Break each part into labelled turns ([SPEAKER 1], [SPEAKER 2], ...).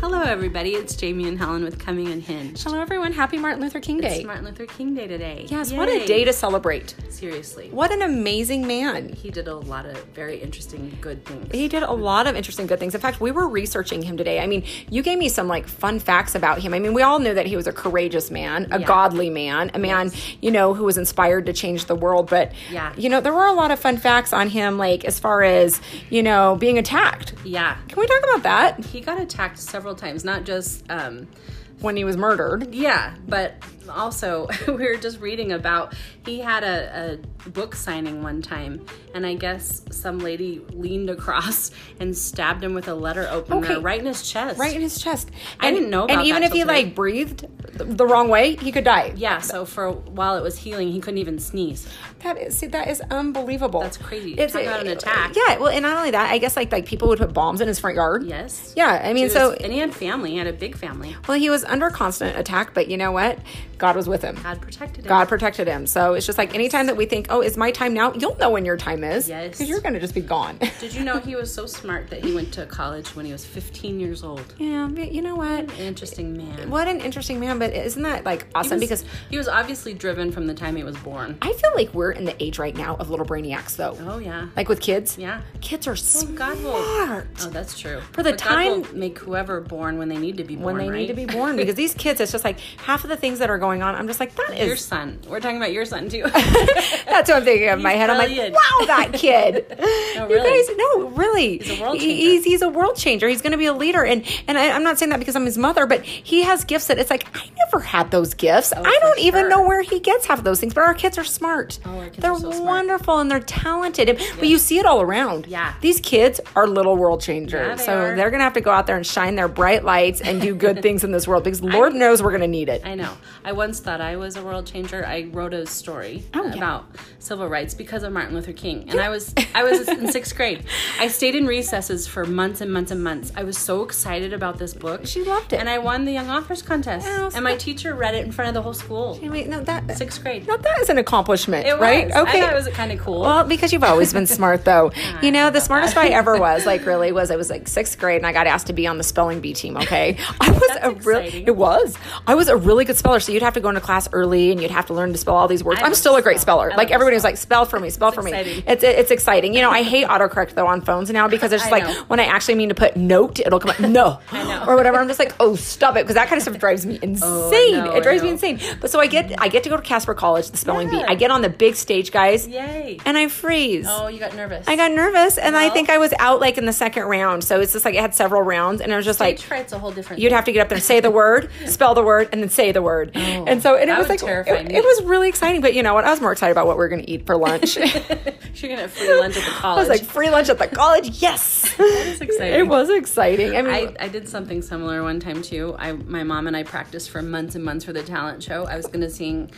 [SPEAKER 1] Hello, everybody. It's Jamie and Helen with Coming Unhinged.
[SPEAKER 2] Hello, everyone. Happy Martin Luther King Day.
[SPEAKER 1] It's Martin Luther King Day today.
[SPEAKER 2] yes, what a
[SPEAKER 1] Yay.
[SPEAKER 2] day to celebrate.
[SPEAKER 1] Seriously.
[SPEAKER 2] What an amazing man.
[SPEAKER 1] He did a lot of very interesting, good things.
[SPEAKER 2] He did a lot of interesting good things. In fact, we were researching him today. I mean, you gave me some like fun facts about him. I mean, we all know that he was a courageous man, a
[SPEAKER 1] Yeah.
[SPEAKER 2] godly man, a man, you know, who was inspired to change the world. But,
[SPEAKER 1] Yeah.
[SPEAKER 2] you know, there were a lot of fun facts on him, like as far as, you know, being attacked.
[SPEAKER 1] yeah.
[SPEAKER 2] Can we talk about that
[SPEAKER 1] He got attacked several times, not just um,
[SPEAKER 2] when he was murdered?
[SPEAKER 1] Yeah, but also we were just reading about he had a, a book signing one time, and I guess some lady leaned across and stabbed him with a letter opener
[SPEAKER 2] Okay.
[SPEAKER 1] right in his chest.
[SPEAKER 2] Right in his chest.
[SPEAKER 1] I didn't know
[SPEAKER 2] And
[SPEAKER 1] about
[SPEAKER 2] even
[SPEAKER 1] that
[SPEAKER 2] if he
[SPEAKER 1] till today.
[SPEAKER 2] like breathed th- the wrong way, he could die.
[SPEAKER 1] Yeah. So for while it was healing, he couldn't even sneeze.
[SPEAKER 2] That is see, that is unbelievable.
[SPEAKER 1] That's crazy. Talk about an attack.
[SPEAKER 2] Yeah, well, and not only that, I guess like like people would put bombs in his front yard.
[SPEAKER 1] Yes.
[SPEAKER 2] Yeah, I
[SPEAKER 1] He
[SPEAKER 2] mean,
[SPEAKER 1] was-
[SPEAKER 2] so
[SPEAKER 1] and he had family. He had a big family.
[SPEAKER 2] well, he was under constant attack, but you know what? God was with him.
[SPEAKER 1] God protected him.
[SPEAKER 2] God protected him. So it's just like anytime that we think, oh, it's my time now, you'll know when your time is.
[SPEAKER 1] Yes.
[SPEAKER 2] Because you're going to just be gone.
[SPEAKER 1] Did you know he was so smart that he went to college when he was 15 years old?
[SPEAKER 2] yeah, but you know what?
[SPEAKER 1] An interesting man.
[SPEAKER 2] What an interesting man, but isn't that like
[SPEAKER 1] He
[SPEAKER 2] awesome?
[SPEAKER 1] was-
[SPEAKER 2] because
[SPEAKER 1] he was obviously driven from the time he was born.
[SPEAKER 2] I feel like we're in the age right now of little brainiacs, though.
[SPEAKER 1] Oh yeah.
[SPEAKER 2] Like with kids.
[SPEAKER 1] Yeah.
[SPEAKER 2] Kids are
[SPEAKER 1] Well,
[SPEAKER 2] smart.
[SPEAKER 1] God will. Oh, that's true. For
[SPEAKER 2] the
[SPEAKER 1] God
[SPEAKER 2] time-
[SPEAKER 1] will make whoever born when they need to be born.
[SPEAKER 2] when they need to
[SPEAKER 1] right?
[SPEAKER 2] be born because these kids it's just like half of the things that are going on i'm just like that
[SPEAKER 1] Your
[SPEAKER 2] is
[SPEAKER 1] son. We're talking about your son too.
[SPEAKER 2] that's what i'm thinking of in my
[SPEAKER 1] He's
[SPEAKER 2] head i'm like
[SPEAKER 1] brilliant.
[SPEAKER 2] wow that kid
[SPEAKER 1] No,
[SPEAKER 2] you
[SPEAKER 1] really.
[SPEAKER 2] guys no really
[SPEAKER 1] He's a world
[SPEAKER 2] He-
[SPEAKER 1] changer.
[SPEAKER 2] he's, he's a world changer he's going to be a leader and and I, i'm not saying that because i'm his mother but he has gifts that it's like i never had those gifts i
[SPEAKER 1] Oh, for
[SPEAKER 2] don't even
[SPEAKER 1] sure.
[SPEAKER 2] know where he gets half of those things but our kids are smart
[SPEAKER 1] Oh, our kids
[SPEAKER 2] they're
[SPEAKER 1] are so smart.
[SPEAKER 2] wonderful and they're talented and, but you see it all around
[SPEAKER 1] Yeah.
[SPEAKER 2] these kids are little world changers
[SPEAKER 1] Yeah, they
[SPEAKER 2] so
[SPEAKER 1] are.
[SPEAKER 2] they're going to have to go out there and shine their bright lights and do good things in this world because lord knows we're going to need it
[SPEAKER 1] I know. I once thought I was a world changer. I wrote a story
[SPEAKER 2] Oh, yeah.
[SPEAKER 1] about civil rights because of Martin Luther King, and I was I was in sixth grade. I stayed in recesses for months and months and months. I was so excited about this book.
[SPEAKER 2] She loved it.
[SPEAKER 1] and I won the Young Authors Contest.
[SPEAKER 2] Oh, so-
[SPEAKER 1] and my teacher read it in front of the whole school.
[SPEAKER 2] I mean, no, that
[SPEAKER 1] Sixth grade.
[SPEAKER 2] No, that is an accomplishment,
[SPEAKER 1] It was.
[SPEAKER 2] right?
[SPEAKER 1] I thought it was kind of cool.
[SPEAKER 2] well, because you've always been smart, though. you know, the smartest I ever was, like, really was. I was like sixth grade, and I got asked to be on the spelling bee team. Okay, I was
[SPEAKER 1] That's
[SPEAKER 2] a real.
[SPEAKER 1] exciting.
[SPEAKER 2] It was. I was a really good speller, so you'd have to go into class early, and you'd have to learn to spell all these words.
[SPEAKER 1] I
[SPEAKER 2] I'm
[SPEAKER 1] love
[SPEAKER 2] still
[SPEAKER 1] to
[SPEAKER 2] a great
[SPEAKER 1] spell.
[SPEAKER 2] speller.
[SPEAKER 1] I love
[SPEAKER 2] Like
[SPEAKER 1] to
[SPEAKER 2] everybody was like, spell for me, spell for me.
[SPEAKER 1] exciting.
[SPEAKER 2] It's it, it's exciting. You know, I hate autocorrect though on phones now because it's just
[SPEAKER 1] I
[SPEAKER 2] like
[SPEAKER 1] know.
[SPEAKER 2] when I actually mean to put note, it'll come up no
[SPEAKER 1] know.
[SPEAKER 2] or whatever. I'm just like, oh, stop it, because that kind of stuff drives me insane.
[SPEAKER 1] know, I
[SPEAKER 2] it drives me
[SPEAKER 1] know.
[SPEAKER 2] insane insane. But so I get I get to go to Casper College, the spelling bee.
[SPEAKER 1] Yeah.
[SPEAKER 2] I get on the big stage, guys,
[SPEAKER 1] Yay!
[SPEAKER 2] and I freeze.
[SPEAKER 1] oh, you got nervous.
[SPEAKER 2] I got nervous, and I
[SPEAKER 1] Well-
[SPEAKER 2] think I was out like in the second round. So it's just like I had several rounds, and I was just
[SPEAKER 1] Stage
[SPEAKER 2] like,
[SPEAKER 1] fright's a whole different.
[SPEAKER 2] you'd have to get up there, say the word, spell the word, and then say the word. and so and it
[SPEAKER 1] Oh, that
[SPEAKER 2] was
[SPEAKER 1] would
[SPEAKER 2] like
[SPEAKER 1] terrify
[SPEAKER 2] it,
[SPEAKER 1] me.
[SPEAKER 2] it was really exciting. But you know what? I was more excited about what we were going to eat for lunch.
[SPEAKER 1] You're gonna have free lunch at the
[SPEAKER 2] I was
[SPEAKER 1] college.
[SPEAKER 2] like free lunch at the college. Yes,
[SPEAKER 1] That's exciting.
[SPEAKER 2] it was exciting. I mean,
[SPEAKER 1] I, I did something similar one time too. I my mom and I practiced for months and months for the talent show. I was gonna sing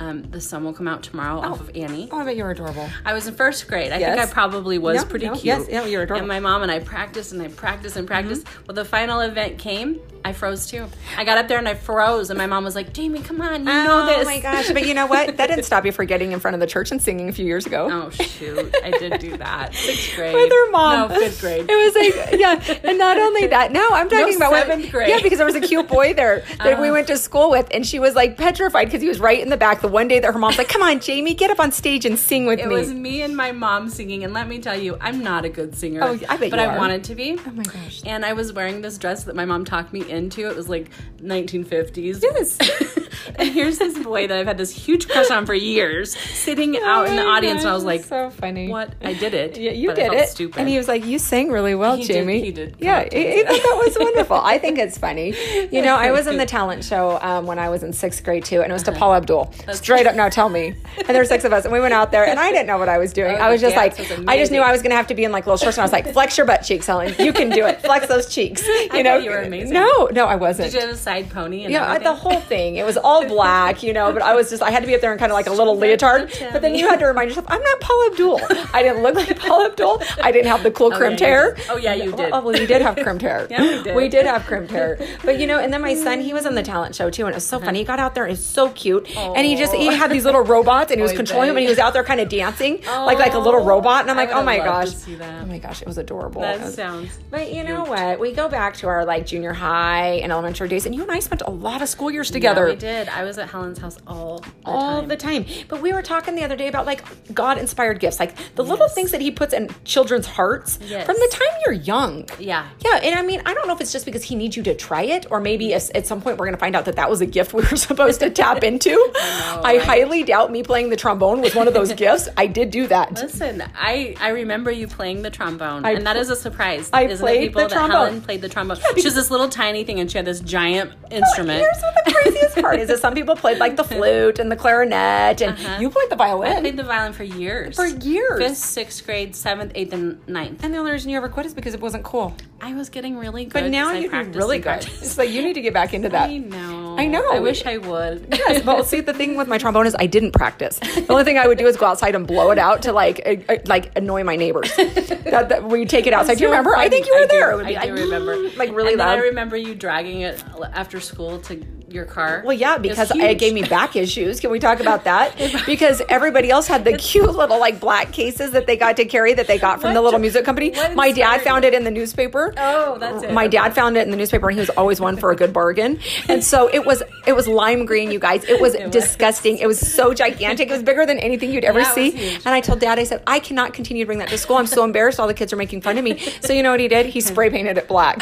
[SPEAKER 1] um, "The Sun Will Come Out Tomorrow" off of Annie.
[SPEAKER 2] oh, I bet you're adorable.
[SPEAKER 1] I was in first grade. I think
[SPEAKER 2] Yes.
[SPEAKER 1] I probably was
[SPEAKER 2] No,
[SPEAKER 1] pretty
[SPEAKER 2] no,
[SPEAKER 1] cute.
[SPEAKER 2] yes, no, you're adorable. Mm-hmm.
[SPEAKER 1] And my mom and I practiced and I practiced and practiced. Well, the final event came. I froze too. I got up there and I froze, and my mom was like, "Jamie, come on, you know this."
[SPEAKER 2] Oh my gosh! But you know what? That didn't stop you from getting in front of the church and singing a few years ago.
[SPEAKER 1] Oh shoot! I did do that. Sixth grade
[SPEAKER 2] with her mom.
[SPEAKER 1] No, fifth grade.
[SPEAKER 2] It was like, yeah, and not only that. No, I'm talking about when-
[SPEAKER 1] seventh grade. Uh-huh.
[SPEAKER 2] Yeah, because there was a cute boy there that we went to school with, and she was like petrified because he was right in the back. The one day that her mom's like, "Come on, Jamie, get up on stage and sing with
[SPEAKER 1] It
[SPEAKER 2] me."
[SPEAKER 1] was me and my mom singing, and let me tell you, I'm not a good singer.
[SPEAKER 2] Oh, I bet
[SPEAKER 1] but
[SPEAKER 2] you
[SPEAKER 1] I
[SPEAKER 2] are.
[SPEAKER 1] wanted to be. Oh
[SPEAKER 2] my gosh.
[SPEAKER 1] And I was wearing this dress that my mom talked me into. It was like 1950s.
[SPEAKER 2] Yes.
[SPEAKER 1] and here's this boy that I've had this huge crush on for years, sitting out in the
[SPEAKER 2] Oh my
[SPEAKER 1] audience, and I
[SPEAKER 2] gosh,
[SPEAKER 1] was like,
[SPEAKER 2] "So funny."
[SPEAKER 1] "What? I did it.
[SPEAKER 2] Yeah, you
[SPEAKER 1] but I
[SPEAKER 2] did
[SPEAKER 1] felt
[SPEAKER 2] it.
[SPEAKER 1] Stupid."
[SPEAKER 2] And he was like, "You sang really well,
[SPEAKER 1] He did-
[SPEAKER 2] Jamie."
[SPEAKER 1] he did
[SPEAKER 2] Yeah,
[SPEAKER 1] kinda
[SPEAKER 2] I- I thought that was wonderful. I think it's funny. You know, I was in the talent show um, when I was in sixth grade too, and it was to
[SPEAKER 1] Uh-huh.
[SPEAKER 2] Paul Abdul. Straight up, now tell me. And there were six of us, and we went out there, and I didn't know what I was doing.
[SPEAKER 1] Oh,
[SPEAKER 2] I was
[SPEAKER 1] the
[SPEAKER 2] just
[SPEAKER 1] dance
[SPEAKER 2] like,
[SPEAKER 1] was
[SPEAKER 2] I just knew
[SPEAKER 1] amazing.
[SPEAKER 2] I was going to have to be in like little shorts, and I was like, "Flex your butt cheeks, Helen. You can do it. Flex those cheeks." You know,
[SPEAKER 1] you were amazing.
[SPEAKER 2] No, no, I wasn't.
[SPEAKER 1] Did you have a side pony? And
[SPEAKER 2] yeah,
[SPEAKER 1] everything?
[SPEAKER 2] the whole thing. It was all black, you know, but I was just, I had to be up there in kind of like a little leotard. But then you had to remind yourself, I'm not Paula Abdul. I didn't look like Paula Abdul. I didn't have the cool crimped
[SPEAKER 1] yeah, you
[SPEAKER 2] hair.
[SPEAKER 1] did. Oh, yeah, you
[SPEAKER 2] Well,
[SPEAKER 1] did.
[SPEAKER 2] Oh, well, you did have crimped hair.
[SPEAKER 1] Yeah, we did.
[SPEAKER 2] We did have crimped hair. But, you know, and then my son, he was on the talent show too, and it was so
[SPEAKER 1] Uh-huh.
[SPEAKER 2] funny. He got out there, and it's so cute. And he just, he had these little robots, and he was
[SPEAKER 1] Oy
[SPEAKER 2] controlling them,
[SPEAKER 1] vey.
[SPEAKER 2] and he was out there kind of dancing, like like a little
[SPEAKER 1] Oh,
[SPEAKER 2] robot. And I'm
[SPEAKER 1] I
[SPEAKER 2] like, oh
[SPEAKER 1] would've
[SPEAKER 2] my
[SPEAKER 1] loved
[SPEAKER 2] gosh.
[SPEAKER 1] to see that.
[SPEAKER 2] Oh my gosh, it was adorable.
[SPEAKER 1] That
[SPEAKER 2] It was-
[SPEAKER 1] sounds
[SPEAKER 2] But you know what? We go back to our like junior high and elementary days, and you and I spent a lot of school years together.
[SPEAKER 1] Yeah, we did. I was at Helen's house all the
[SPEAKER 2] All
[SPEAKER 1] time.
[SPEAKER 2] the time. But we were talking the other day about like God inspired gifts, like the little things that He puts in children's hearts
[SPEAKER 1] Yes.
[SPEAKER 2] from the time you're young.
[SPEAKER 1] Yeah.
[SPEAKER 2] Yeah. And I mean, I don't know if it's just because He needs you to try it, or maybe as- at some point we're going to find out that that was a gift we were supposed to tap into. I,
[SPEAKER 1] know, right?
[SPEAKER 2] highly doubt me playing the trombone was one of those gifts. I did do that.
[SPEAKER 1] Listen, I, I remember you playing the trombone,
[SPEAKER 2] I
[SPEAKER 1] and that
[SPEAKER 2] pl-
[SPEAKER 1] is a surprise.
[SPEAKER 2] I
[SPEAKER 1] Isn't
[SPEAKER 2] played
[SPEAKER 1] it people
[SPEAKER 2] the
[SPEAKER 1] that
[SPEAKER 2] trombone.
[SPEAKER 1] Helen played the trombone? she was this little tiny thing, and she had this giant instrument.
[SPEAKER 2] Here's what the craziest part is: is some people played like the flute and the clarinet, and you played the violin.
[SPEAKER 1] Uh-huh. I played the violin for years.
[SPEAKER 2] For years.
[SPEAKER 1] Fifth, sixth grade, seventh, eighth, and ninth.
[SPEAKER 2] and the only reason you ever quit is because it wasn't cool.
[SPEAKER 1] I was getting really good.
[SPEAKER 2] But now
[SPEAKER 1] 'cause I
[SPEAKER 2] you do
[SPEAKER 1] practiced
[SPEAKER 2] really
[SPEAKER 1] and
[SPEAKER 2] good.
[SPEAKER 1] practiced.
[SPEAKER 2] It's like you need to get back into that.
[SPEAKER 1] I know.
[SPEAKER 2] I know.
[SPEAKER 1] I wish I would.
[SPEAKER 2] Yes, but see, the thing with my trombone is I didn't practice. The only thing I would do is go outside and blow it out to like uh, uh, like annoy my neighbors. That, that we take it outside. Do you
[SPEAKER 1] so
[SPEAKER 2] remember? I
[SPEAKER 1] funny.
[SPEAKER 2] think you were
[SPEAKER 1] do.
[SPEAKER 2] there. It would be
[SPEAKER 1] I
[SPEAKER 2] like,
[SPEAKER 1] do remember.
[SPEAKER 2] like really
[SPEAKER 1] and then
[SPEAKER 2] loud.
[SPEAKER 1] I remember you dragging it after school to your car.
[SPEAKER 2] Well, yeah,
[SPEAKER 1] It was
[SPEAKER 2] because it
[SPEAKER 1] huge.
[SPEAKER 2] gave me back issues. Can we talk about that? Because everybody else had the cute little like black cases that they got to carry that they got from the
[SPEAKER 1] What
[SPEAKER 2] little
[SPEAKER 1] ju-
[SPEAKER 2] music company.
[SPEAKER 1] what
[SPEAKER 2] My dad
[SPEAKER 1] inspired
[SPEAKER 2] found it in the newspaper.
[SPEAKER 1] Oh, that's it.
[SPEAKER 2] My dad found it in the newspaper, and he was always one for a good bargain. And so it was, it was lime green, you guys. It was
[SPEAKER 1] was.
[SPEAKER 2] disgusting. It was so gigantic. It was bigger than anything you'd ever
[SPEAKER 1] Yeah, it
[SPEAKER 2] see.
[SPEAKER 1] was huge.
[SPEAKER 2] And I told dad, I said, I cannot continue to bring that to school. I'm so embarrassed. All the kids are making fun of me. So you know what he did? He spray painted it black.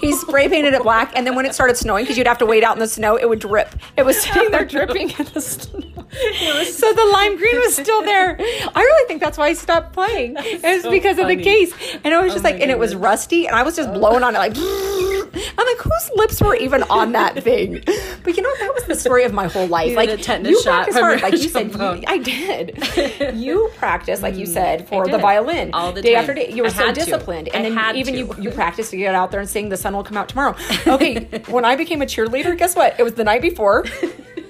[SPEAKER 2] He spray painted it black, and then when it started snowing, because you'd have to wait out in the snow, it would drip. It was sitting there dripping in the snow. So the lime green was still there. I really think that's why I stopped playing. It was
[SPEAKER 1] so
[SPEAKER 2] because of the
[SPEAKER 1] funny.
[SPEAKER 2] case, and it was just
[SPEAKER 1] Oh my
[SPEAKER 2] like, and it was
[SPEAKER 1] goodness.
[SPEAKER 2] rusty, and I was just blowing on it like. I'm like, whose lips were even on that thing? But you know, that was the story of my whole life.
[SPEAKER 1] You
[SPEAKER 2] like,
[SPEAKER 1] had a tetanus
[SPEAKER 2] you
[SPEAKER 1] shot
[SPEAKER 2] practice
[SPEAKER 1] from
[SPEAKER 2] hard,
[SPEAKER 1] your
[SPEAKER 2] like you said,
[SPEAKER 1] trombone.
[SPEAKER 2] you- I did. You practiced, like you said, for
[SPEAKER 1] Mm, I
[SPEAKER 2] the
[SPEAKER 1] did.
[SPEAKER 2] violin
[SPEAKER 1] All the
[SPEAKER 2] day
[SPEAKER 1] time.
[SPEAKER 2] after day. You were
[SPEAKER 1] I
[SPEAKER 2] so
[SPEAKER 1] had to.
[SPEAKER 2] disciplined,
[SPEAKER 1] I
[SPEAKER 2] and then
[SPEAKER 1] had
[SPEAKER 2] even
[SPEAKER 1] to.
[SPEAKER 2] you you practiced to get out there and sing "The Sun Will Come Out Tomorrow." Okay, when I became a cheerleader, guess what? It was the night before.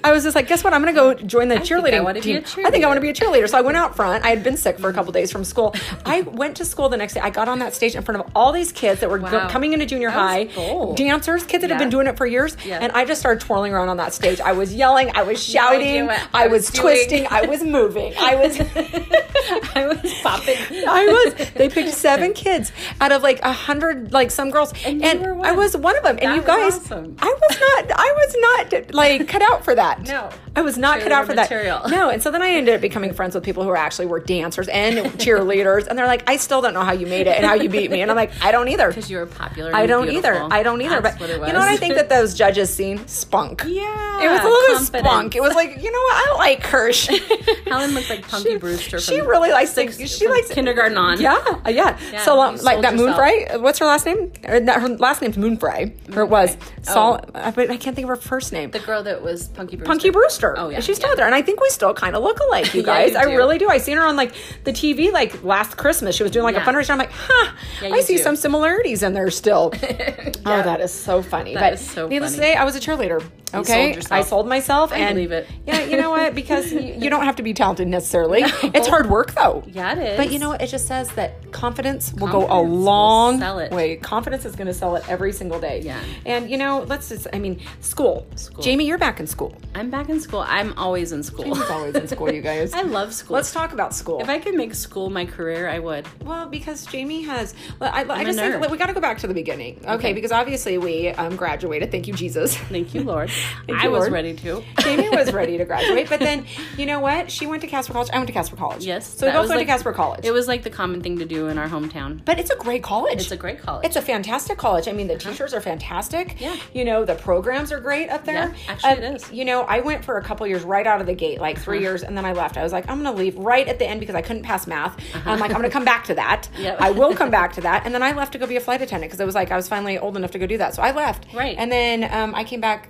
[SPEAKER 2] I was just like, guess what? I'm gonna go join the
[SPEAKER 1] I
[SPEAKER 2] cheerleading
[SPEAKER 1] wanna be
[SPEAKER 2] team.
[SPEAKER 1] a
[SPEAKER 2] I think I want to be a cheerleader. So I went out front. I had been sick for a couple days from school. I went to school the next day. I got on that stage in front of all these kids that were go-
[SPEAKER 1] Wow.
[SPEAKER 2] coming into junior high,
[SPEAKER 1] That was bold.
[SPEAKER 2] dancers, kids that had
[SPEAKER 1] Yeah.
[SPEAKER 2] been doing it for years,
[SPEAKER 1] Yeah.
[SPEAKER 2] and I just started twirling around on that stage. I was yelling. I was
[SPEAKER 1] No idea
[SPEAKER 2] shouting.
[SPEAKER 1] what
[SPEAKER 2] I
[SPEAKER 1] I
[SPEAKER 2] was
[SPEAKER 1] was doing.
[SPEAKER 2] twisting. I was moving. I was.
[SPEAKER 1] I was popping.
[SPEAKER 2] I was. They picked seven kids out of like a hundred, like some girls,
[SPEAKER 1] And
[SPEAKER 2] and,
[SPEAKER 1] you were one.
[SPEAKER 2] I was one of them. And
[SPEAKER 1] That
[SPEAKER 2] you
[SPEAKER 1] was
[SPEAKER 2] guys,
[SPEAKER 1] awesome.
[SPEAKER 2] I was not. I was not like cut out for that.
[SPEAKER 1] No.
[SPEAKER 2] I was not cut out
[SPEAKER 1] Cheerleader
[SPEAKER 2] for that.
[SPEAKER 1] material.
[SPEAKER 2] No, and so then I ended up becoming friends with people who actually were dancers and cheerleaders, and they're like, I still don't know how you made it and how you beat me, and I'm like, I don't either.
[SPEAKER 1] Because you were popular.
[SPEAKER 2] I
[SPEAKER 1] and
[SPEAKER 2] don't
[SPEAKER 1] beautiful.
[SPEAKER 2] either. I don't either.
[SPEAKER 1] That's
[SPEAKER 2] but
[SPEAKER 1] what it was.
[SPEAKER 2] you know what I think that those judges seen spunk.
[SPEAKER 1] yeah,
[SPEAKER 2] It was a little bit
[SPEAKER 1] confidence.
[SPEAKER 2] spunk. It was like, you know what? I don't like Kirsch.
[SPEAKER 1] Helen looked like Punky Brewster. From
[SPEAKER 2] she really likes
[SPEAKER 1] six-
[SPEAKER 2] to, she
[SPEAKER 1] from
[SPEAKER 2] likes
[SPEAKER 1] kindergarten on.
[SPEAKER 2] Yeah, uh, yeah.
[SPEAKER 1] Yeah,
[SPEAKER 2] so
[SPEAKER 1] you
[SPEAKER 2] um, like
[SPEAKER 1] sold
[SPEAKER 2] that
[SPEAKER 1] yourself.
[SPEAKER 2] Moonfry. What's her last name? Or that- her last name's Moonfry. Or it was Sol. I, but I can't think of her first name.
[SPEAKER 1] Oh. the girl that was Punky Brewster.
[SPEAKER 2] Punky Brewster.
[SPEAKER 1] Oh yeah,
[SPEAKER 2] she's still there, and I think we still kind of look alike, you
[SPEAKER 1] Yeah,
[SPEAKER 2] guys.
[SPEAKER 1] you
[SPEAKER 2] I
[SPEAKER 1] do.
[SPEAKER 2] really do. I seen her on like the TV, like last Christmas. She was doing like
[SPEAKER 1] Yeah.
[SPEAKER 2] a fundraiser. I'm like, huh.
[SPEAKER 1] Yeah,
[SPEAKER 2] I
[SPEAKER 1] you
[SPEAKER 2] see
[SPEAKER 1] do.
[SPEAKER 2] some similarities in there still. Oh, that is so funny. but
[SPEAKER 1] is so
[SPEAKER 2] needless
[SPEAKER 1] funny.
[SPEAKER 2] to say, I was a cheerleader. Okay,
[SPEAKER 1] sold yourself.
[SPEAKER 2] I sold myself, and
[SPEAKER 1] believe it.
[SPEAKER 2] Yeah, you know what? Because you, you don't have to be talented necessarily. It's hard work though.
[SPEAKER 1] Yeah, it is.
[SPEAKER 2] But you know, what? it just says that confidence will go a
[SPEAKER 1] Confidence will
[SPEAKER 2] long
[SPEAKER 1] sell it.
[SPEAKER 2] way. Confidence is going to sell it every single day.
[SPEAKER 1] Yeah.
[SPEAKER 2] And you know, let's just, I mean, school.
[SPEAKER 1] School.
[SPEAKER 2] Jamie, you're back in school.
[SPEAKER 1] I'm back in school. I'm always in school.
[SPEAKER 2] Jamie's always in school, you guys.
[SPEAKER 1] I love school.
[SPEAKER 2] Let's talk about school.
[SPEAKER 1] if I could make school my career, I would.
[SPEAKER 2] well, because Jamie has, well, I, I
[SPEAKER 1] a
[SPEAKER 2] just think
[SPEAKER 1] nerd.
[SPEAKER 2] like, we got to go back to the beginning, okay?
[SPEAKER 1] Okay.
[SPEAKER 2] Because obviously we um, graduated. Thank you, Jesus.
[SPEAKER 1] Thank you, Lord.
[SPEAKER 2] Thank
[SPEAKER 1] I
[SPEAKER 2] you,
[SPEAKER 1] was
[SPEAKER 2] Lord.
[SPEAKER 1] ready to.
[SPEAKER 2] Jamie was ready to graduate, but then you know what? She went to Casper College. I went to Casper College.
[SPEAKER 1] Yes,
[SPEAKER 2] so we
[SPEAKER 1] that
[SPEAKER 2] both
[SPEAKER 1] was
[SPEAKER 2] went
[SPEAKER 1] like-
[SPEAKER 2] to Casper College.
[SPEAKER 1] It was like the common thing to do in our hometown.
[SPEAKER 2] but it's a great college.
[SPEAKER 1] It's a great college.
[SPEAKER 2] It's a fantastic college. I mean, the teachers are fantastic.
[SPEAKER 1] Uh-huh. Yeah.
[SPEAKER 2] You know, the programs are great up there. Um,
[SPEAKER 1] Yeah, actually it is. Uh-huh.
[SPEAKER 2] You know, I went for a couple years right out of the gate, like 3 years, and then I left. I was like, I'm going to leave right at the end because I couldn't pass math. I'm like, I'm going to come back to that.
[SPEAKER 1] Uh-huh. Yep.
[SPEAKER 2] I will come back to that. And then I left to go be a flight attendant because it was like I was finally old enough to go do that. So I left.
[SPEAKER 1] Right.
[SPEAKER 2] And then um, I came back.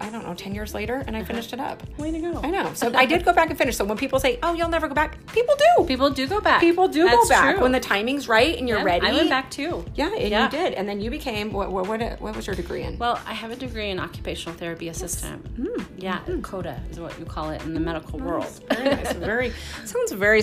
[SPEAKER 2] I I don't know, 10 years later, and I
[SPEAKER 1] Uh-huh.
[SPEAKER 2] finished it up.
[SPEAKER 1] Way to go.
[SPEAKER 2] I know. So I did go back and finish. So when people say, oh, you'll never go back, people do.
[SPEAKER 1] People do go back.
[SPEAKER 2] People do
[SPEAKER 1] That's
[SPEAKER 2] go back
[SPEAKER 1] true.
[SPEAKER 2] when the timing's right and you're
[SPEAKER 1] Yeah,
[SPEAKER 2] ready.
[SPEAKER 1] I went back too.
[SPEAKER 2] Yeah, and
[SPEAKER 1] Yeah.
[SPEAKER 2] you did. And then you became, what, what, what, what was your degree in?
[SPEAKER 1] Well, I have a degree in occupational therapy assistant. Yeah, CODA is what you call it in the medical world.
[SPEAKER 2] very Hmm. nice. Very, sounds very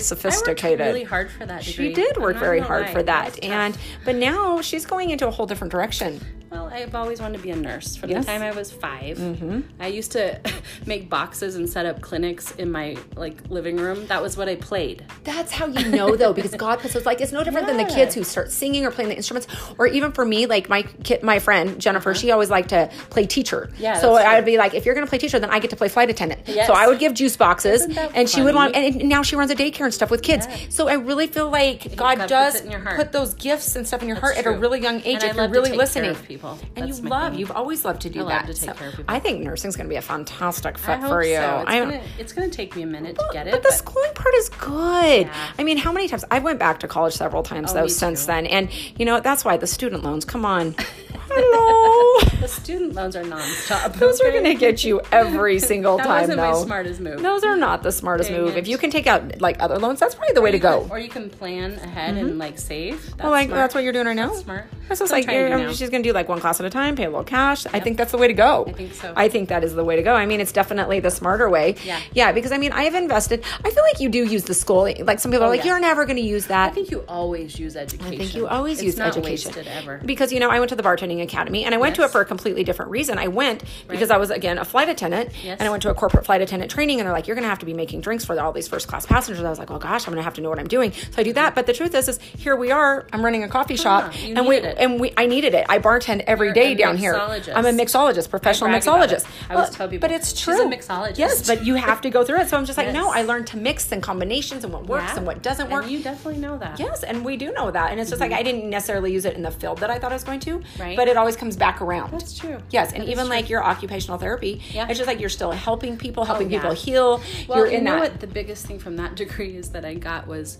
[SPEAKER 2] sophisticated.
[SPEAKER 1] I worked really hard for that degree.
[SPEAKER 2] She did
[SPEAKER 1] I'm
[SPEAKER 2] work
[SPEAKER 1] not
[SPEAKER 2] very
[SPEAKER 1] gonna
[SPEAKER 2] hard
[SPEAKER 1] lie.
[SPEAKER 2] for
[SPEAKER 1] It was
[SPEAKER 2] that.
[SPEAKER 1] tough.
[SPEAKER 2] And but now she's going into a whole different direction.
[SPEAKER 1] well, I've always wanted to be a nurse. From
[SPEAKER 2] Yes. Mm-hmm.
[SPEAKER 1] the time I was 5 I used to make boxes and set up clinics in my like living room. That was what I played.
[SPEAKER 2] That's how you know though, because God puts us like it's no different than the
[SPEAKER 1] Yeah.
[SPEAKER 2] kids who start singing or playing the instruments, or even for me, like my kid, my friend Jennifer, she always liked to play teacher.
[SPEAKER 1] Uh-huh. Yeah,
[SPEAKER 2] So
[SPEAKER 1] that's
[SPEAKER 2] I would
[SPEAKER 1] true.
[SPEAKER 2] be like, if you're going to play teacher, then I get to play flight attendant.
[SPEAKER 1] Yes.
[SPEAKER 2] So I would give juice boxes,
[SPEAKER 1] Isn't
[SPEAKER 2] and
[SPEAKER 1] that
[SPEAKER 2] she would
[SPEAKER 1] funny?
[SPEAKER 2] want, and and now she runs a daycare and stuff with kids. So I really feel like
[SPEAKER 1] God
[SPEAKER 2] God,
[SPEAKER 1] puts
[SPEAKER 2] does
[SPEAKER 1] it in your heart.
[SPEAKER 2] put those gifts and stuff in your heart at
[SPEAKER 1] true.
[SPEAKER 2] a really young age
[SPEAKER 1] And I
[SPEAKER 2] if you're
[SPEAKER 1] love to
[SPEAKER 2] really
[SPEAKER 1] take care
[SPEAKER 2] listening.
[SPEAKER 1] of people.
[SPEAKER 2] and
[SPEAKER 1] That's
[SPEAKER 2] you
[SPEAKER 1] my
[SPEAKER 2] love,
[SPEAKER 1] thing.
[SPEAKER 2] you've always loved to do
[SPEAKER 1] I love
[SPEAKER 2] that.
[SPEAKER 1] to take care of people.
[SPEAKER 2] I think nursing's going to be a fantastic fit
[SPEAKER 1] I hope
[SPEAKER 2] for you.
[SPEAKER 1] so. It's
[SPEAKER 2] I-
[SPEAKER 1] gonna, it's gonna take me a minute to get it.
[SPEAKER 2] but the schooling part is good.
[SPEAKER 1] Yeah.
[SPEAKER 2] I mean, how many times I went back to college several times
[SPEAKER 1] Oh,
[SPEAKER 2] though
[SPEAKER 1] me
[SPEAKER 2] since
[SPEAKER 1] too.
[SPEAKER 2] then, and you know that's why the student loans. Come on, hello,
[SPEAKER 1] the student loans are nonstop.
[SPEAKER 2] those are
[SPEAKER 1] okay?
[SPEAKER 2] going to get you every single
[SPEAKER 1] That
[SPEAKER 2] time
[SPEAKER 1] wasn't
[SPEAKER 2] though.
[SPEAKER 1] my smartest move.
[SPEAKER 2] Those are not the smartest
[SPEAKER 1] Dang
[SPEAKER 2] move.
[SPEAKER 1] it.
[SPEAKER 2] If you can take out like other loans, that's probably the way to go. Mm-hmm.
[SPEAKER 1] Or you can plan ahead and like save. That's
[SPEAKER 2] Well, like
[SPEAKER 1] smart.
[SPEAKER 2] that's what you're doing right now.
[SPEAKER 1] That's smart.
[SPEAKER 2] That's just
[SPEAKER 1] what I'm
[SPEAKER 2] like
[SPEAKER 1] trying to
[SPEAKER 2] you're,
[SPEAKER 1] do now.
[SPEAKER 2] she's going to do like one class at a time, pay a little cash. I think that's the way to go. I
[SPEAKER 1] think so.
[SPEAKER 2] I think that is the way to go. I mean, it's definitely the smarter way.
[SPEAKER 1] Yeah.
[SPEAKER 2] Yeah, because I mean, I have invested. I feel like you do use the school. Like some people are like,
[SPEAKER 1] Oh, yeah.
[SPEAKER 2] you're never going to use that.
[SPEAKER 1] I think you always use education.
[SPEAKER 2] I think you always
[SPEAKER 1] it's
[SPEAKER 2] use
[SPEAKER 1] not
[SPEAKER 2] education.
[SPEAKER 1] Wasted ever.
[SPEAKER 2] Because you know, I went to the bartending academy and I went to
[SPEAKER 1] Yes.
[SPEAKER 2] it for a completely different reason. I went because I was again a flight attendant
[SPEAKER 1] Yes.
[SPEAKER 2] and I went to a corporate flight attendant training and they're like, You're gonna have to be making drinks for all these first class passengers. I was like, Oh gosh, I'm gonna have to know what I'm doing. So I do that. But the truth is is here we are, I'm running a coffee shop
[SPEAKER 1] you
[SPEAKER 2] and we
[SPEAKER 1] needed it.
[SPEAKER 2] and we I needed it. I bartend every
[SPEAKER 1] You're
[SPEAKER 2] day
[SPEAKER 1] a
[SPEAKER 2] down here.
[SPEAKER 1] mixologist.
[SPEAKER 2] I'm a mixologist, professional
[SPEAKER 1] brag about it.
[SPEAKER 2] mixologist.
[SPEAKER 1] I always
[SPEAKER 2] Well,
[SPEAKER 1] tell people,
[SPEAKER 2] But it's
[SPEAKER 1] "She's a
[SPEAKER 2] true.
[SPEAKER 1] mixologist."
[SPEAKER 2] Yes, but you have to go through it. So I'm just like,
[SPEAKER 1] Yes.
[SPEAKER 2] no, I learned to mix and combinations and what works
[SPEAKER 1] Yeah.
[SPEAKER 2] and what doesn't
[SPEAKER 1] And
[SPEAKER 2] work.
[SPEAKER 1] you definitely know that.
[SPEAKER 2] Yes, and we do know that. And it's just like I didn't necessarily use it in the field that I thought I was going to,
[SPEAKER 1] Mm-hmm. Right.
[SPEAKER 2] but it always comes back around.
[SPEAKER 1] That's true.
[SPEAKER 2] Yes, and
[SPEAKER 1] That is
[SPEAKER 2] even
[SPEAKER 1] true.
[SPEAKER 2] like your occupational therapy,
[SPEAKER 1] Yeah. Oh,
[SPEAKER 2] it's just like you're still helping people, helping
[SPEAKER 1] yeah.
[SPEAKER 2] people heal.
[SPEAKER 1] Well,
[SPEAKER 2] you're
[SPEAKER 1] you
[SPEAKER 2] in
[SPEAKER 1] know
[SPEAKER 2] that.
[SPEAKER 1] what the biggest thing from that degree is that I got was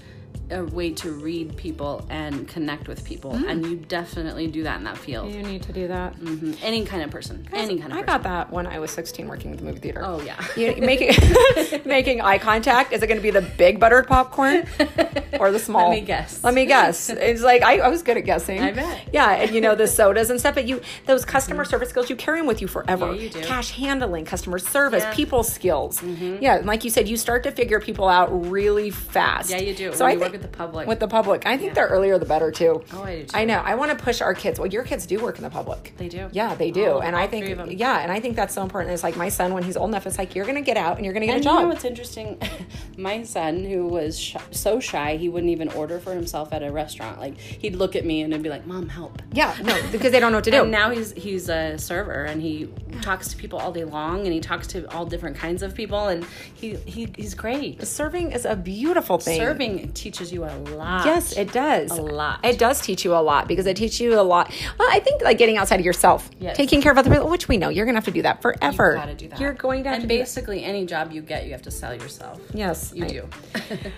[SPEAKER 1] a way to read people and connect with people,
[SPEAKER 2] Mm-hmm.
[SPEAKER 1] and you definitely do that in that field.
[SPEAKER 2] You need to do that.
[SPEAKER 1] Mhm. Any kind of person, any kind of
[SPEAKER 2] I
[SPEAKER 1] person.
[SPEAKER 2] got that when I was 16 working at the movie theater.
[SPEAKER 1] Oh, yeah.
[SPEAKER 2] You- making making eye contact. Is it going to be the big buttered popcorn or the small?
[SPEAKER 1] Let me guess.
[SPEAKER 2] Let me guess. It's like I, I was good at guessing.
[SPEAKER 1] I bet. Mm-hmm.
[SPEAKER 2] Yeah, and you know the sodas and stuff. But you those customer service skills you carry them with you forever.
[SPEAKER 1] Yeah, you do.
[SPEAKER 2] Cash handling, customer service,
[SPEAKER 1] Yeah. Mm-hmm.
[SPEAKER 2] people skills. Yeah, and like you said, you start to figure people out really fast.
[SPEAKER 1] Yeah, you do.
[SPEAKER 2] So
[SPEAKER 1] When
[SPEAKER 2] I
[SPEAKER 1] you work
[SPEAKER 2] think-
[SPEAKER 1] with the public.
[SPEAKER 2] With the public, I think the earlier the better too.
[SPEAKER 1] Oh, I do, too.
[SPEAKER 2] I know. I want to push our kids. Well, your kids do work in the public.
[SPEAKER 1] They do.
[SPEAKER 2] Yeah, they do.
[SPEAKER 1] Oh, All-
[SPEAKER 2] and I
[SPEAKER 1] all three of
[SPEAKER 2] think
[SPEAKER 1] them.
[SPEAKER 2] yeah, and I think that's so important. It's like my son when he's old enough, it's like you're gonna get out and you're gonna get
[SPEAKER 1] And
[SPEAKER 2] a job.
[SPEAKER 1] you know what's interesting? My son, who was sh- so shy, he wouldn't even order for himself at a restaurant. Like he'd look at me and he'd be like, "Mom, help."
[SPEAKER 2] yeah, no, because they don't know what to do.
[SPEAKER 1] And now he's he's a server and he talks to people all day long and he talks to all different kinds of people and he, he he's great.
[SPEAKER 2] Serving is a beautiful thing.
[SPEAKER 1] Serving teaches you a lot.
[SPEAKER 2] Yes, it does.
[SPEAKER 1] A lot.
[SPEAKER 2] It does teach you a lot because it teaches you a lot. Well, I think like getting outside of yourself,
[SPEAKER 1] Yes.
[SPEAKER 2] taking care of other people, which we know you're gonna have to do that forever.
[SPEAKER 1] you gotta do that.
[SPEAKER 2] You're going to have
[SPEAKER 1] and
[SPEAKER 2] to do that.
[SPEAKER 1] basically any job you get, you have to sell yourself.
[SPEAKER 2] Yes,
[SPEAKER 1] you
[SPEAKER 2] I-
[SPEAKER 1] do.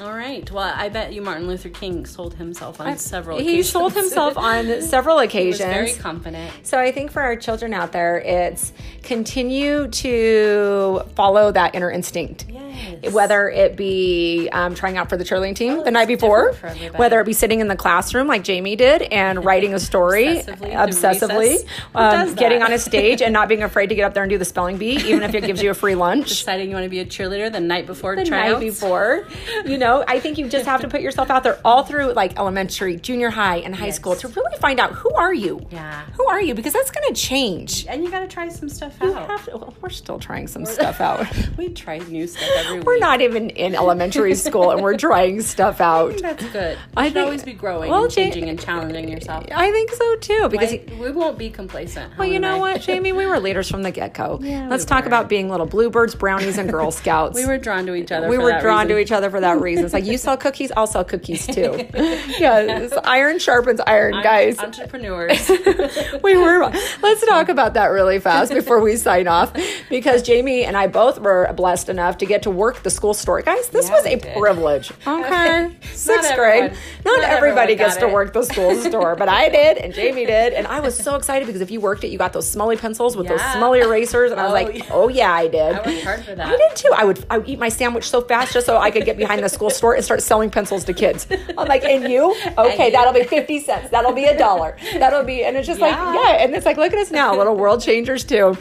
[SPEAKER 1] All right. Well, I bet you Martin Luther King sold himself on several.
[SPEAKER 2] He
[SPEAKER 1] occasions.
[SPEAKER 2] sold himself on several
[SPEAKER 1] he
[SPEAKER 2] occasions.
[SPEAKER 1] was very confident.
[SPEAKER 2] So I think for our children out there, it's continue to follow that inner instinct.
[SPEAKER 1] Yes.
[SPEAKER 2] Whether it be um, trying out for the cheerleading team the
[SPEAKER 1] it's
[SPEAKER 2] night before,
[SPEAKER 1] different for everybody.
[SPEAKER 2] whether it be sitting in the classroom like Jamie did and writing a story
[SPEAKER 1] Obsessively through recess. Who does
[SPEAKER 2] um,
[SPEAKER 1] that?
[SPEAKER 2] getting on a stage and not being afraid to get up there and do the spelling bee, even if it gives you a free lunch.
[SPEAKER 1] Deciding you want to be a cheerleader the night before
[SPEAKER 2] The
[SPEAKER 1] tryouts.
[SPEAKER 2] night before, you know, I think you just have to put yourself out there all through like elementary, junior high, and high
[SPEAKER 1] Yes.
[SPEAKER 2] school to really find out who are you.
[SPEAKER 1] Yeah.
[SPEAKER 2] who are you? Because that's going to change.
[SPEAKER 1] and you got to try some stuff
[SPEAKER 2] You
[SPEAKER 1] out.
[SPEAKER 2] have to- well, we're still trying some stuff out.
[SPEAKER 1] we try new stuff every
[SPEAKER 2] We're
[SPEAKER 1] week.
[SPEAKER 2] not even in elementary school and we're trying stuff out.
[SPEAKER 1] That's good. You
[SPEAKER 2] I
[SPEAKER 1] I should
[SPEAKER 2] think-
[SPEAKER 1] always be growing,
[SPEAKER 2] well,
[SPEAKER 1] and
[SPEAKER 2] Jane-
[SPEAKER 1] changing, and challenging yourself.
[SPEAKER 2] I think so too because
[SPEAKER 1] Like, we won't be complacent.
[SPEAKER 2] well, you
[SPEAKER 1] Helen
[SPEAKER 2] know
[SPEAKER 1] and I.
[SPEAKER 2] what, Jamie, we were leaders from the get-go.
[SPEAKER 1] Yeah,
[SPEAKER 2] Let's
[SPEAKER 1] we
[SPEAKER 2] talk
[SPEAKER 1] were.
[SPEAKER 2] about being little bluebirds, brownies and girl scouts.
[SPEAKER 1] We were drawn to each other.
[SPEAKER 2] we
[SPEAKER 1] for
[SPEAKER 2] were
[SPEAKER 1] that
[SPEAKER 2] drawn to
[SPEAKER 1] reason.
[SPEAKER 2] each other for that reason. It's like you sell cookies, I'll sell cookies too. yeah, it's iron sharpens iron, guys.
[SPEAKER 1] entrepreneurs.
[SPEAKER 2] we were let's talk about that really fast before we sign off because jamie and i both were blessed enough to get to work the school story. Guys, this
[SPEAKER 1] Yeah,
[SPEAKER 2] was
[SPEAKER 1] we
[SPEAKER 2] a
[SPEAKER 1] did.
[SPEAKER 2] privilege. Okay. Sixth grade.
[SPEAKER 1] everyone-
[SPEAKER 2] Not,
[SPEAKER 1] not
[SPEAKER 2] everybody
[SPEAKER 1] everyone
[SPEAKER 2] gets
[SPEAKER 1] got
[SPEAKER 2] to
[SPEAKER 1] it.
[SPEAKER 2] work the school store, but I did and Jamie did. And I was so excited because if you worked it, you got those smelly pencils with those
[SPEAKER 1] Yeah.
[SPEAKER 2] smelly erasers. And I was
[SPEAKER 1] Oh,
[SPEAKER 2] like,
[SPEAKER 1] yeah.
[SPEAKER 2] oh yeah, I did.
[SPEAKER 1] I worked hard for that.
[SPEAKER 2] I did too. I would I would eat my sandwich so fast just so I could get behind the school store and start selling pencils to kids. I'm like, and you? Okay,
[SPEAKER 1] you.
[SPEAKER 2] that'll be fifty cents. That'll be a dollar. That'll be and it's just like
[SPEAKER 1] Yeah.
[SPEAKER 2] yeah, and it's like look at us now, little world changers too.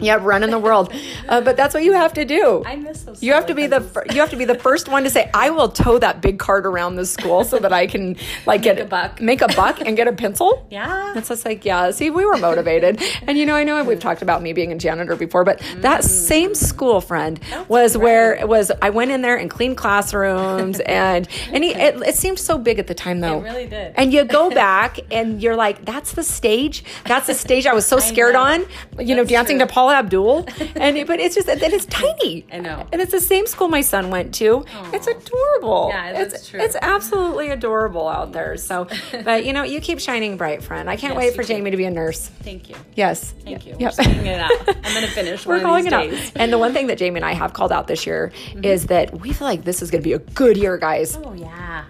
[SPEAKER 2] Yeah, running the world. Uh, but that's what you have to do.
[SPEAKER 1] Mm-hmm. I miss those.
[SPEAKER 2] you have to be
[SPEAKER 1] smelly
[SPEAKER 2] the
[SPEAKER 1] pencils.
[SPEAKER 2] fir- you have to be the first one to say I will tow that big cart around the school so that I can like get
[SPEAKER 1] a buck.
[SPEAKER 2] make a buck and get a pencil.
[SPEAKER 1] Yeah.
[SPEAKER 2] It's just like, yeah, see, we were motivated. and you know, I know we've talked about me being a janitor before, but
[SPEAKER 1] Mm.
[SPEAKER 2] that same school friend was where it was I went in there and cleaned classrooms and and he, it, it seemed so big at the time though.
[SPEAKER 1] really did.
[SPEAKER 2] And you go back and you're like, that's the stage. That's the stage I was so scared
[SPEAKER 1] know.
[SPEAKER 2] on, you know,
[SPEAKER 1] That's
[SPEAKER 2] dancing
[SPEAKER 1] true.
[SPEAKER 2] to Paula Abdul. And it- but it's just and it's tiny.
[SPEAKER 1] I know.
[SPEAKER 2] And it's the same school my son went to. It's adorable.
[SPEAKER 1] Yeah, that's
[SPEAKER 2] it's
[SPEAKER 1] true.
[SPEAKER 2] it's absolutely adorable out there. So, but you know, you keep shining bright, friend. I can't
[SPEAKER 1] Yes,
[SPEAKER 2] wait
[SPEAKER 1] you
[SPEAKER 2] for
[SPEAKER 1] do.
[SPEAKER 2] Jamie to be a nurse.
[SPEAKER 1] Thank you.
[SPEAKER 2] Yes.
[SPEAKER 1] Thank
[SPEAKER 2] Yeah.
[SPEAKER 1] you.
[SPEAKER 2] Yeah.
[SPEAKER 1] We're singing it out. I'm gonna finish. one
[SPEAKER 2] We're
[SPEAKER 1] of
[SPEAKER 2] calling
[SPEAKER 1] these
[SPEAKER 2] it out.
[SPEAKER 1] days. Mm-hmm.
[SPEAKER 2] And the one thing that Jamie and I have called out this year is that we feel like this is going to be a good year, guys.
[SPEAKER 1] Oh yeah.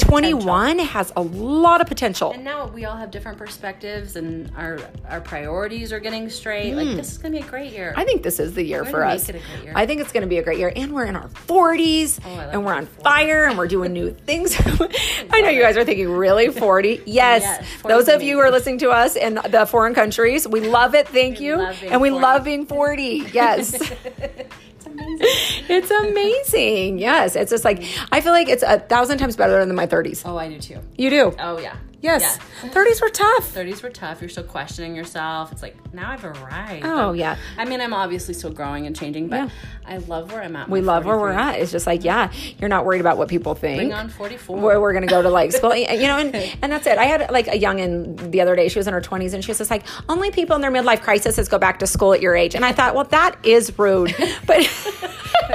[SPEAKER 2] 2021 has a lot of potential.
[SPEAKER 1] And now we all have different perspectives, and our our priorities are getting straight. Like this is gonna be a great year.
[SPEAKER 2] Mm. I think this is the year for
[SPEAKER 1] gonna
[SPEAKER 2] us.
[SPEAKER 1] make it a great year. Oh,
[SPEAKER 2] I think it's going to be a great year, and we're in our forties,
[SPEAKER 1] I love
[SPEAKER 2] and we're
[SPEAKER 1] my
[SPEAKER 2] on fire, and we're doing new things. I know you guys are thinking, really forty? Yes.
[SPEAKER 1] Yes, 40
[SPEAKER 2] Those
[SPEAKER 1] is
[SPEAKER 2] of you who are listening to us in the foreign countries, we love it. Thank you,
[SPEAKER 1] love being
[SPEAKER 2] and we
[SPEAKER 1] 40.
[SPEAKER 2] love being forty. Yes.
[SPEAKER 1] it's amazing.
[SPEAKER 2] it's amazing. Yes. It's just like I feel like it's a thousand times better than my thirties.
[SPEAKER 1] oh, I do too.
[SPEAKER 2] You do.
[SPEAKER 1] Oh yeah.
[SPEAKER 2] Yes. Thirties were tough.
[SPEAKER 1] Thirties were tough. You're still questioning yourself. It's like now I've arrived.
[SPEAKER 2] Oh,
[SPEAKER 1] I'm-
[SPEAKER 2] yeah.
[SPEAKER 1] I mean, I'm obviously still growing and changing, but
[SPEAKER 2] Yeah.
[SPEAKER 1] I love where I'm at.
[SPEAKER 2] We love where we're at. It's just like, yeah, you're not worried about what people think.
[SPEAKER 1] Bring on 44.
[SPEAKER 2] where we're gonna go to like school, you know, and and that's it. I had like a youngin the other day. She was in her twenties, and she was just like, "Only people in their midlife crisis is go back to school at your age." And I thought, well, that is rude, but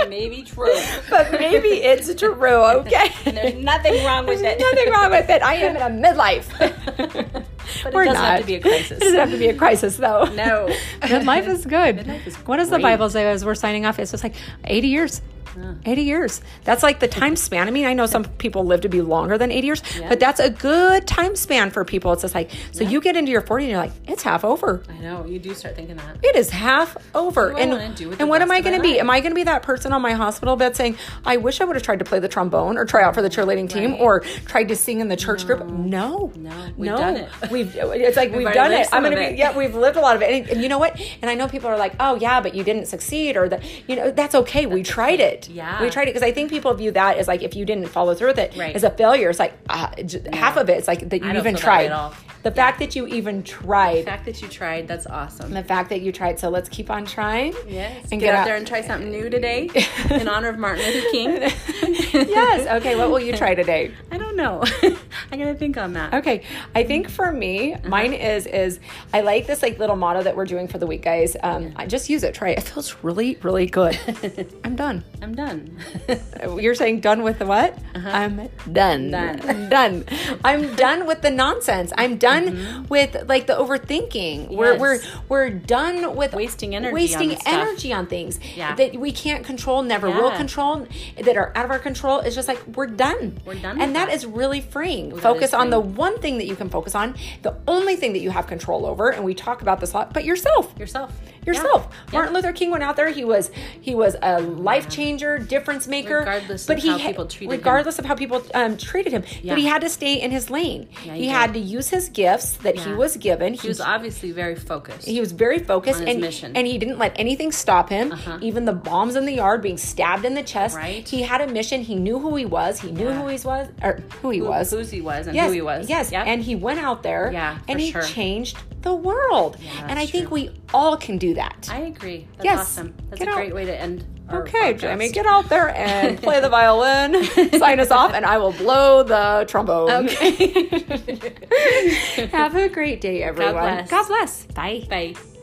[SPEAKER 1] Maybe true.
[SPEAKER 2] but maybe it's true. Okay,
[SPEAKER 1] And there's nothing wrong with it.
[SPEAKER 2] nothing wrong with it. I am in a midlife.
[SPEAKER 1] But
[SPEAKER 2] We're
[SPEAKER 1] it doesn't
[SPEAKER 2] not.
[SPEAKER 1] have to be a
[SPEAKER 2] It
[SPEAKER 1] crisis.
[SPEAKER 2] doesn't have to be a crisis though.
[SPEAKER 1] No.
[SPEAKER 2] Midlife is good.
[SPEAKER 1] is
[SPEAKER 2] what does the
[SPEAKER 1] great.
[SPEAKER 2] Bible say as we're signing off? It's just like 80 years. 80 years. That's like the time span. I mean, I know some people live to be longer than 80 years, but that's a good time span for people. It's just like, so you get into your 40 and you're like, it's half over.
[SPEAKER 1] I know. You do start thinking that.
[SPEAKER 2] It is half over.
[SPEAKER 1] What do I wanna
[SPEAKER 2] and
[SPEAKER 1] do with
[SPEAKER 2] and
[SPEAKER 1] the
[SPEAKER 2] what am
[SPEAKER 1] rest
[SPEAKER 2] I
[SPEAKER 1] of my
[SPEAKER 2] going to be?
[SPEAKER 1] life?
[SPEAKER 2] Am I going to be that person on my hospital bed saying, I wish I would have tried to play the trombone or try out for the cheerleading team
[SPEAKER 1] Right.
[SPEAKER 2] or tried to sing in the church group? No.
[SPEAKER 1] No. We've done it.
[SPEAKER 2] We've, it's like we've,
[SPEAKER 1] already
[SPEAKER 2] done
[SPEAKER 1] lived
[SPEAKER 2] it.
[SPEAKER 1] some
[SPEAKER 2] I'm going
[SPEAKER 1] of
[SPEAKER 2] to be,
[SPEAKER 1] it.
[SPEAKER 2] yeah, we've lived a lot of it. And, and you know what? And I know people are like, oh, yeah, but you didn't succeed or that, you know, that's okay. we tried it.
[SPEAKER 1] Yeah.
[SPEAKER 2] We tried it. Because I think people view that as like, if you didn't follow through with it,
[SPEAKER 1] Right.
[SPEAKER 2] as a failure. It's like, uh, j- half of it. It's like that you
[SPEAKER 1] I don't
[SPEAKER 2] even
[SPEAKER 1] feel that way
[SPEAKER 2] tried.
[SPEAKER 1] at all.
[SPEAKER 2] The fact that you even tried
[SPEAKER 1] The fact that you tried, that's awesome.
[SPEAKER 2] the fact that you tried. So let's keep on trying.
[SPEAKER 1] Yes.
[SPEAKER 2] And
[SPEAKER 1] get,
[SPEAKER 2] get
[SPEAKER 1] out,
[SPEAKER 2] out-
[SPEAKER 1] there and try something new today in honor of Martin Luther King.
[SPEAKER 2] yes. Okay. What will you try today?
[SPEAKER 1] I don't know. I gotta think on that.
[SPEAKER 2] Okay. I think for me,
[SPEAKER 1] Uh-huh.
[SPEAKER 2] mine is is I like this like little motto that we're doing for the week, guys. Um, I just use it. Try it. It feels really, really good. I'm done.
[SPEAKER 1] I'm done.
[SPEAKER 2] You're saying done with the what? I'm done.
[SPEAKER 1] Uh-huh. Done.
[SPEAKER 2] done. I'm done with the nonsense. I'm done with like the overthinking. We're
[SPEAKER 1] Mm-hmm. Yes.
[SPEAKER 2] we're we're done with
[SPEAKER 1] Wasting energy on
[SPEAKER 2] Wasting
[SPEAKER 1] this stuff.
[SPEAKER 2] energy on things
[SPEAKER 1] Yeah.
[SPEAKER 2] that we can't control, never will
[SPEAKER 1] Yeah.
[SPEAKER 2] control, that are out of our control. It's just like we're done.
[SPEAKER 1] We're done
[SPEAKER 2] And
[SPEAKER 1] with
[SPEAKER 2] that
[SPEAKER 1] that.
[SPEAKER 2] is really freeing.
[SPEAKER 1] that
[SPEAKER 2] focus
[SPEAKER 1] is
[SPEAKER 2] on the
[SPEAKER 1] freeing.
[SPEAKER 2] one thing that you can focus on, the only thing that you have control over, and we talk about this a lot, but yourself
[SPEAKER 1] Yourself.
[SPEAKER 2] yourself.
[SPEAKER 1] Yeah.
[SPEAKER 2] Martin Luther King went out there. He was he was a life changer, difference maker.
[SPEAKER 1] Regardless of
[SPEAKER 2] he
[SPEAKER 1] how
[SPEAKER 2] ha-
[SPEAKER 1] people treated him.
[SPEAKER 2] regardless of how people um, treated him,
[SPEAKER 1] Yeah.
[SPEAKER 2] but he had to stay in his lane. he
[SPEAKER 1] he
[SPEAKER 2] had to use his gifts that he
[SPEAKER 1] Yeah.
[SPEAKER 2] was given. He,
[SPEAKER 1] He was obviously very focused.
[SPEAKER 2] he was very focused
[SPEAKER 1] on his
[SPEAKER 2] and
[SPEAKER 1] mission. Uh-huh.
[SPEAKER 2] and he didn't let anything stop him. Even the bombs in the yard, being stabbed in the chest.
[SPEAKER 1] Right.
[SPEAKER 2] He had a mission. He knew who he was. He knew who he was or who he was.
[SPEAKER 1] whose he was and
[SPEAKER 2] Yes,
[SPEAKER 1] who he was.
[SPEAKER 2] Yes,
[SPEAKER 1] Yep.
[SPEAKER 2] and he went out there.
[SPEAKER 1] Yeah, for
[SPEAKER 2] and he
[SPEAKER 1] sure.
[SPEAKER 2] changed the world. and I
[SPEAKER 1] that's
[SPEAKER 2] think we all can do that.
[SPEAKER 1] I agree. That's
[SPEAKER 2] Yes.
[SPEAKER 1] awesome. That's
[SPEAKER 2] Get
[SPEAKER 1] a
[SPEAKER 2] out.
[SPEAKER 1] great way to end. Our
[SPEAKER 2] Okay,
[SPEAKER 1] podcast.
[SPEAKER 2] Jamie, get out there and play the violin, sign us off, and I will blow the trombone.
[SPEAKER 1] Okay.
[SPEAKER 2] Have a great day, everyone.
[SPEAKER 1] bless.
[SPEAKER 2] God bless. Bye.
[SPEAKER 1] Bye.